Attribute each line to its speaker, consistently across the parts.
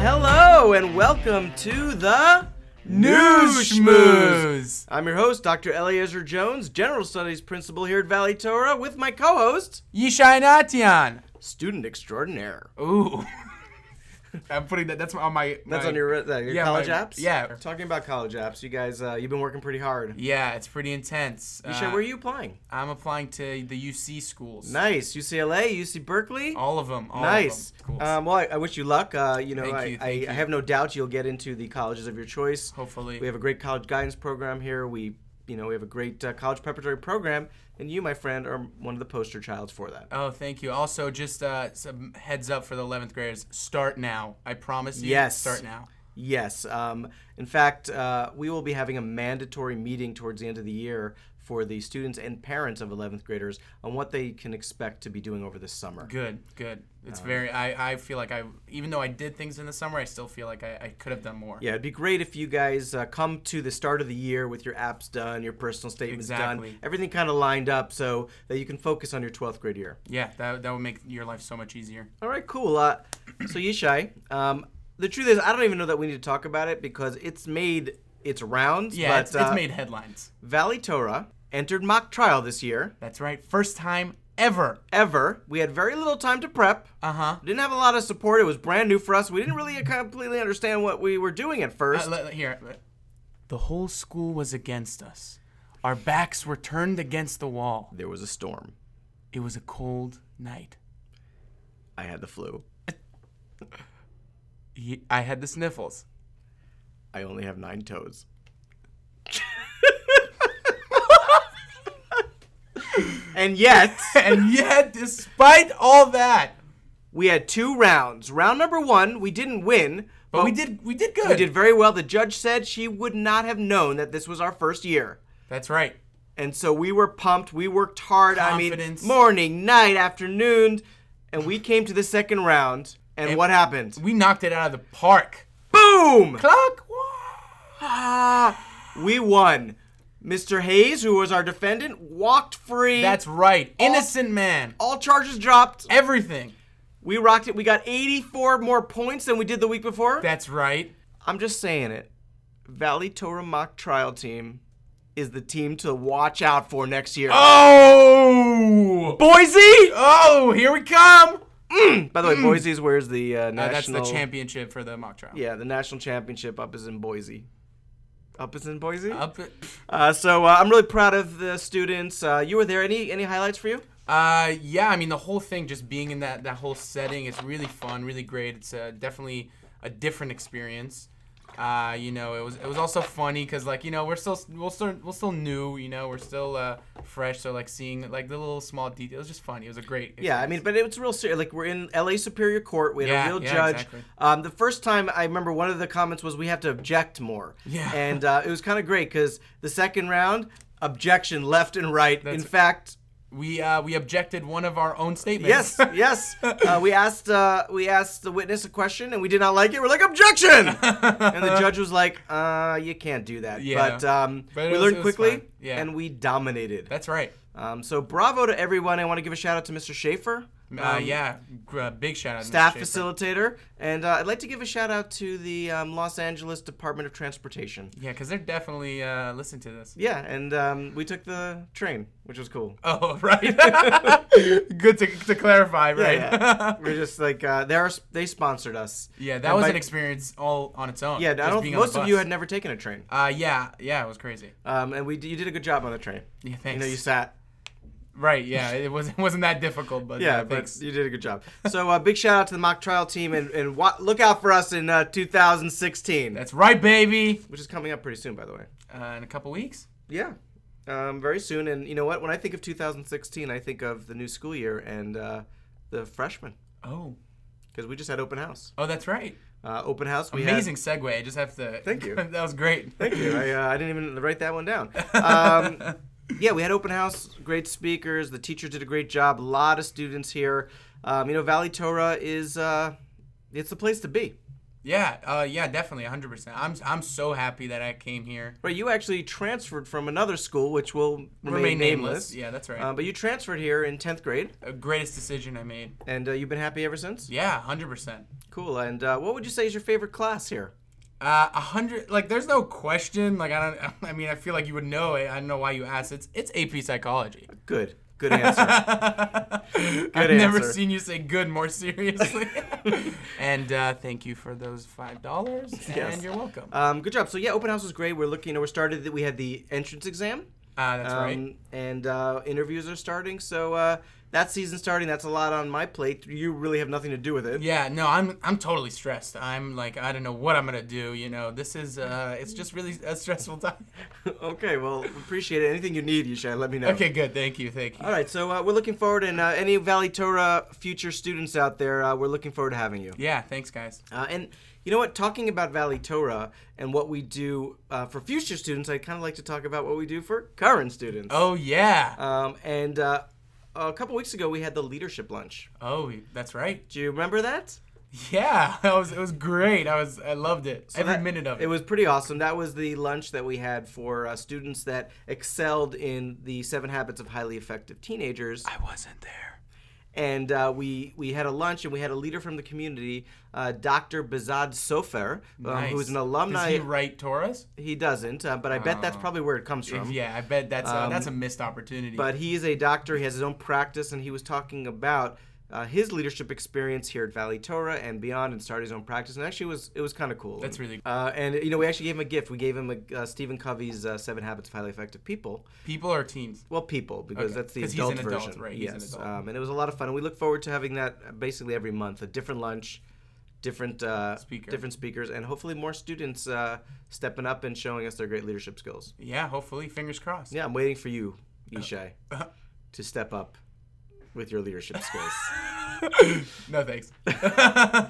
Speaker 1: Hello and welcome to the I'm your host, Dr. Eliezer Jones, General Studies Principal here at Valley Torah, with my co-host,
Speaker 2: Yishainatian.
Speaker 1: Student Extraordinaire.
Speaker 2: Ooh. I'm putting that. That's on my.
Speaker 1: That's
Speaker 2: my-
Speaker 1: on your, uh, your
Speaker 2: yeah,
Speaker 1: college
Speaker 2: my-
Speaker 1: apps.
Speaker 2: yeah.
Speaker 1: Talking about college apps, you guys, uh, you've been working pretty hard.
Speaker 2: Yeah, it's pretty intense.
Speaker 1: Isha,
Speaker 2: Uh,
Speaker 1: where are you applying?
Speaker 2: I'm applying to the UC schools.
Speaker 1: Nice. UCLA, UC Berkeley.
Speaker 2: All of them. All
Speaker 1: nice.
Speaker 2: Of them. Schools.
Speaker 1: Um, well, I, I wish you luck. Uh, you know,
Speaker 2: Thank
Speaker 1: I,
Speaker 2: you,
Speaker 1: I,
Speaker 2: thank you.
Speaker 1: I have no doubt you'll get into the colleges of your choice.
Speaker 2: Hopefully.
Speaker 1: We have a great college guidance program here. We, you know, we have a great uh, college preparatory program, and you, my friend, are one of the poster childs for that.
Speaker 2: Oh, thank you. Also, just uh, some heads up for the 11th graders. Start now. I promise you.
Speaker 1: Yes.
Speaker 2: Start now.
Speaker 1: Yes. Um, in fact, uh, we will be having a mandatory meeting towards the end of the year for the students and parents of 11th graders on what they can expect to be doing over the summer.
Speaker 2: Good. Good.
Speaker 1: Uh,
Speaker 2: It's very. I, I feel like I. Even though I did things in the summer, I still feel like I, I could have done more.
Speaker 1: Yeah, it'd be great if you guys uh, come to the start of the year with your apps done, your personal statements done,
Speaker 2: Exactly.
Speaker 1: everything kind of lined up so that you can focus on your 12th grade year.
Speaker 2: Yeah, that, that would make your life so much easier.
Speaker 1: All right, cool. Uh, so Yishai, um, the truth is, I don't even know that we need to talk about it because it's made its rounds.
Speaker 2: Yeah,
Speaker 1: but,
Speaker 2: it's, it's
Speaker 1: uh,
Speaker 2: made headlines.
Speaker 1: Valley Torah entered mock trial this year.
Speaker 2: That's right. First time ever.
Speaker 1: Ever, we had very little time to prep.
Speaker 2: Uh huh.
Speaker 1: Didn't have a lot of support. It was brand new for us. We didn't really completely understand what we were doing at first.
Speaker 2: Let- let- Uh, here. The whole school was against us. Our backs were turned against the wall.
Speaker 1: there was a storm.
Speaker 2: It was a cold night.
Speaker 1: I had the flu.
Speaker 2: Ye- I had the sniffles.
Speaker 1: I only have nine toes. and yet,
Speaker 2: and yet, despite all that,
Speaker 1: we had two rounds. Round number one, we didn't win,
Speaker 2: but we did we did good.
Speaker 1: we did very well. The judge said she would not have known that this was our first year.
Speaker 2: That's right.
Speaker 1: And so we were pumped. We worked hard.
Speaker 2: Confidence.
Speaker 1: I mean, morning, night, afternoon. And we came to the second round. And, what happened?
Speaker 2: We knocked it out of the park.
Speaker 1: Boom!
Speaker 2: Clock.
Speaker 1: Ah, we won. Mr. Hayes, who was our defendant, walked free.
Speaker 2: That's right. Innocent man.
Speaker 1: all charges dropped.
Speaker 2: Everything.
Speaker 1: We rocked it. We got 84 more points than we did the week before.
Speaker 2: That's right.
Speaker 1: I'm just saying it. Valley Torah Mock Trial Team is the team to watch out for next year.
Speaker 2: Uh, Oh.
Speaker 1: Boise!
Speaker 2: Oh, here we come.
Speaker 1: Mm. By the way, Boise is where's the uh,
Speaker 2: Mm. Uh, that's
Speaker 1: national.
Speaker 2: the championship for the mock trial.
Speaker 1: Yeah, the national championship up is in Boise. Up is in Boise.
Speaker 2: Up.
Speaker 1: Uh, so uh, I'm really proud of the students. Uh, you were there. Any any highlights for you?
Speaker 2: Uh, yeah, I mean the whole thing, just being in that that whole setting, is really fun, really great. It's uh, definitely a different experience. Uh, you know, it was it was also funny because like you know we're still we're still we're still new, you know, we're still uh, fresh. So like seeing like the little small details, it was just funny. It was a great.
Speaker 1: Yeah, I mean, but it was real serious. Like we're in L.A. Superior Court. We had
Speaker 2: Yeah,
Speaker 1: a real
Speaker 2: yeah,
Speaker 1: judge.
Speaker 2: exactly.
Speaker 1: Um, the first time I remember, one of the comments was we have to object more.
Speaker 2: Yeah.
Speaker 1: And uh, it was kind of great because the second round, objection left and right. in
Speaker 2: That's-
Speaker 1: fact,
Speaker 2: we uh, we objected one of our own statements.
Speaker 1: yes, yes. Uh, we asked uh, we asked the witness a question and we did not like it. We're like objection, and the judge was like, uh, "You can't do that."
Speaker 2: Yeah.
Speaker 1: But, um,
Speaker 2: But it
Speaker 1: we
Speaker 2: was-
Speaker 1: learned
Speaker 2: it was
Speaker 1: quickly,
Speaker 2: fun. Yeah.
Speaker 1: and we dominated.
Speaker 2: that's right.
Speaker 1: Um, so bravo to everyone. I want to give a shout out to Mr. Schaefer.
Speaker 2: Uh,
Speaker 1: um,
Speaker 2: yeah, gr- uh, big shout out. to Mr.
Speaker 1: staff
Speaker 2: Schaefer.
Speaker 1: facilitator, and uh, I'd like to give a shout out to the um, Los Angeles Department of Transportation.
Speaker 2: Yeah, because they're definitely uh, listening to this.
Speaker 1: Yeah, and um, we took the train, which was cool.
Speaker 2: Oh right. Good to, to clarify, right?
Speaker 1: Yeah, yeah. we're just like uh, they are, they sponsored us.
Speaker 2: Yeah, that
Speaker 1: And
Speaker 2: was
Speaker 1: by-
Speaker 2: an experience all on its own.
Speaker 1: Yeah, I
Speaker 2: just
Speaker 1: don't.
Speaker 2: being on the
Speaker 1: Most of you
Speaker 2: bus.
Speaker 1: had never taken a train,
Speaker 2: Uh, yeah, yeah, it was crazy.
Speaker 1: um, and we d- you did a good job on the train.
Speaker 2: Yeah,
Speaker 1: You
Speaker 2: thanks.
Speaker 1: know, you sat.
Speaker 2: right, yeah, it wasn't wasn't that difficult, but
Speaker 1: Yeah,
Speaker 2: yeah,
Speaker 1: but
Speaker 2: thanks.
Speaker 1: you did a good job. So, uh, big shout out to the mock trial team, and, and wa- look out for us in uh, 2016,
Speaker 2: That's right, baby.
Speaker 1: which is coming up pretty soon, by the way.
Speaker 2: Uh, in a couple weeks.
Speaker 1: Yeah, um, very soon. And you know what? When I think of 2016, I think of the new school year and uh, the freshmen
Speaker 2: Oh,
Speaker 1: because we just had open house.
Speaker 2: oh, that's right.
Speaker 1: Uh, open house. We
Speaker 2: Amazing segue. I just have to.
Speaker 1: Thank you.
Speaker 2: that was great.
Speaker 1: Had, thank you. I, uh, I didn't even write that one down. Um, yeah, we had open house. Great speakers. The teachers did a great job. A lot of students here. Um, you know, Valley Torah is uh, it's the place to be.
Speaker 2: Yeah, uh, yeah, definitely, 100%. I'm, I'm so happy that I came here.
Speaker 1: Right, you actually transferred from another school, which will remain,
Speaker 2: Remain
Speaker 1: nameless.
Speaker 2: nameless. Yeah, that's right.
Speaker 1: Uh, but you transferred here in 10th grade,
Speaker 2: Uh, greatest decision I made.
Speaker 1: and uh, you've been happy ever since?
Speaker 2: Yeah, 100%.
Speaker 1: Cool. And uh, what would you say is your favorite class here?
Speaker 2: Uh, a hundred, like, there's no question. Like, I don't, I mean, I feel like you would know it. I don't know why you asked. It's, it's AP psychology.
Speaker 1: Good. Good answer.
Speaker 2: I've
Speaker 1: Good
Speaker 2: never
Speaker 1: answer.
Speaker 2: seen you say good more seriously. and uh, thank you for those five dollars.
Speaker 1: Yes.
Speaker 2: And you're welcome. Uh,
Speaker 1: um, good job. So yeah, open house was great. We're looking. You know, we started. that We had the entrance exam.
Speaker 2: Uh, that's right.
Speaker 1: Um, And uh, interviews are starting. So uh, that season starting. That's a lot on my plate. You really have nothing to do with it.
Speaker 2: Yeah, no, I'm I'm totally stressed. I'm like I don't know what I'm gonna do. You know, this is uh, it's just really a stressful time.
Speaker 1: okay. Well, appreciate it. Anything you need, you should let me know.
Speaker 2: Okay, good. Thank you, thank you.
Speaker 1: All right, so uh, we're looking forward, and uh, any Valley Torah future students out there, uh, we're looking forward to having you.
Speaker 2: Yeah, thanks, guys.
Speaker 1: Uh, and you know what? Talking about Valley Torah and what we do uh, for future students, I'd kind of like to talk about what we do for current students.
Speaker 2: Oh yeah.
Speaker 1: Um, and uh, a couple weeks ago, we had the leadership lunch.
Speaker 2: Oh, that's right.
Speaker 1: Do you remember that?
Speaker 2: Yeah, that was it was great. I was I loved it. Every
Speaker 1: that-
Speaker 2: minute of it.
Speaker 1: It was pretty awesome. That was the lunch that we had for uh, students that excelled in the Seven Habits of Highly Effective Teenagers.
Speaker 2: I wasn't there.
Speaker 1: and uh, we we had a lunch and we had a leader from the community, uh, Dr. Bazad Sofer, um,
Speaker 2: Nice.
Speaker 1: who's an
Speaker 2: Does
Speaker 1: alumni.
Speaker 2: he
Speaker 1: He,
Speaker 2: write Torahs?
Speaker 1: doesn't, uh, but I bet that's
Speaker 2: Oh.
Speaker 1: probably where it comes from.
Speaker 2: Yeah, I bet that's a, that's a missed opportunity.
Speaker 1: Um, But he is a doctor. He has his own practice, and he was talking about. Uh, his leadership experience here at Valley Torah and beyond, and started his own practice. And actually, it was it was kind of cool.
Speaker 2: That's really-
Speaker 1: Uh, and you know, we actually gave him a gift. We gave him a, uh, Stephen Covey's uh, Seven Habits of Highly Effective People,
Speaker 2: People are teens.
Speaker 1: Well, people, because
Speaker 2: Okay.
Speaker 1: that's the
Speaker 2: 'Cause he's
Speaker 1: adult
Speaker 2: an adult,
Speaker 1: version.
Speaker 2: right, he's
Speaker 1: Yes.
Speaker 2: an adult.
Speaker 1: Um, and it was a lot of fun. And we look forward to having that uh, basically every month a different lunch, different uh,
Speaker 2: Speaker.
Speaker 1: different speakers, and hopefully more students uh, stepping up and showing us their great leadership skills.
Speaker 2: Yeah, hopefully. Fingers crossed.
Speaker 1: Yeah, I'm waiting for you,
Speaker 2: Uh,
Speaker 1: Ishai,
Speaker 2: uh-huh.
Speaker 1: to step up with your leadership skills.
Speaker 2: no thanks.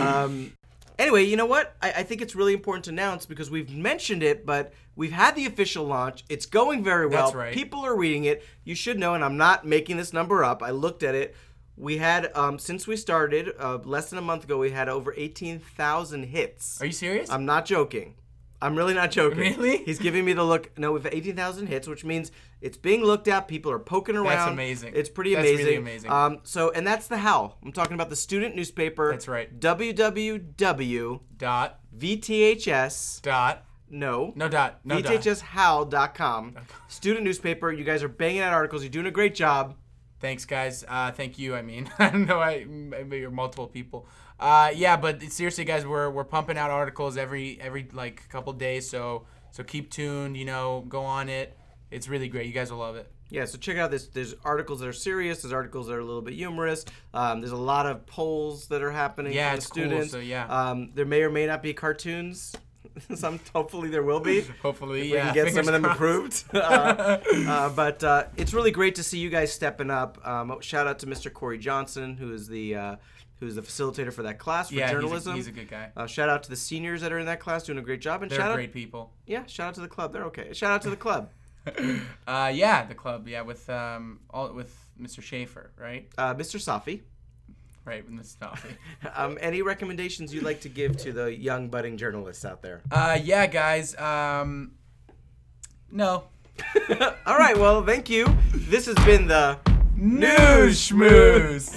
Speaker 1: um, anyway, you know what? I, I think it's really important to announce because we've mentioned it, but we've had the official launch. It's going very well.
Speaker 2: That's right.
Speaker 1: People are reading it. You should know, and I'm not making this number up. I looked at it. We had, um, since we started, uh, less than a month ago, we had over 18,000 hits.
Speaker 2: are you serious?
Speaker 1: I'm not joking. I'm really not joking.
Speaker 2: Really?
Speaker 1: He's giving me the look. No, we've 18,000 hits, which means it's being looked at. People are poking around.
Speaker 2: amazing.
Speaker 1: It's pretty
Speaker 2: That's
Speaker 1: amazing.
Speaker 2: really amazing.
Speaker 1: Um, so, and that's the how. I'm talking about the student newspaper.
Speaker 2: That's right.
Speaker 1: www.vths.
Speaker 2: dot dot
Speaker 1: No.
Speaker 2: no dot no dot.
Speaker 1: VTHSHow.com. Student newspaper. You guys are banging out articles. You're doing a great job.
Speaker 2: Thanks, guys. Uh, thank you. I mean, I don't know. I maybe you're multiple people. Uh, yeah, but seriously, guys, we're we're pumping out articles every every like couple days. So so keep tuned. You know, go on it. It's really great. You guys will love it.
Speaker 1: Yeah, so check out this. There's articles that are serious. There's articles that are a little bit humorous. Um, there's a lot of polls that are happening.
Speaker 2: Yeah,
Speaker 1: from
Speaker 2: it's
Speaker 1: the
Speaker 2: cool,
Speaker 1: students.
Speaker 2: so yeah.
Speaker 1: Um, there may or may not be cartoons. some hopefully there will be.
Speaker 2: Hopefully,
Speaker 1: We
Speaker 2: yeah.
Speaker 1: can get some
Speaker 2: fingers
Speaker 1: of them
Speaker 2: crossed.
Speaker 1: approved. uh, uh, but uh, it's really great to see you guys stepping up. Um, shout out to Mr. Corey Johnson, who is the uh, who's the facilitator for that class for
Speaker 2: Yeah, he's a-
Speaker 1: journalism.
Speaker 2: He's a, good guy.
Speaker 1: uh, shout out to the seniors that are in that class doing a great job. And
Speaker 2: They're
Speaker 1: shout
Speaker 2: great
Speaker 1: out,
Speaker 2: people.
Speaker 1: yeah, shout out to the club. They're okay. Shout out to the club.
Speaker 2: Uh, yeah, the club. Yeah, with um all with Mr. Schaefer, right?
Speaker 1: Uh, Mr. Safi.
Speaker 2: Right with Mr. Duffy.
Speaker 1: Um, any recommendations you'd like to give to the young budding journalists out there?
Speaker 2: uh, yeah, guys. Um, no.
Speaker 1: All right, well, thank you. This has been the
Speaker 2: News schmooze.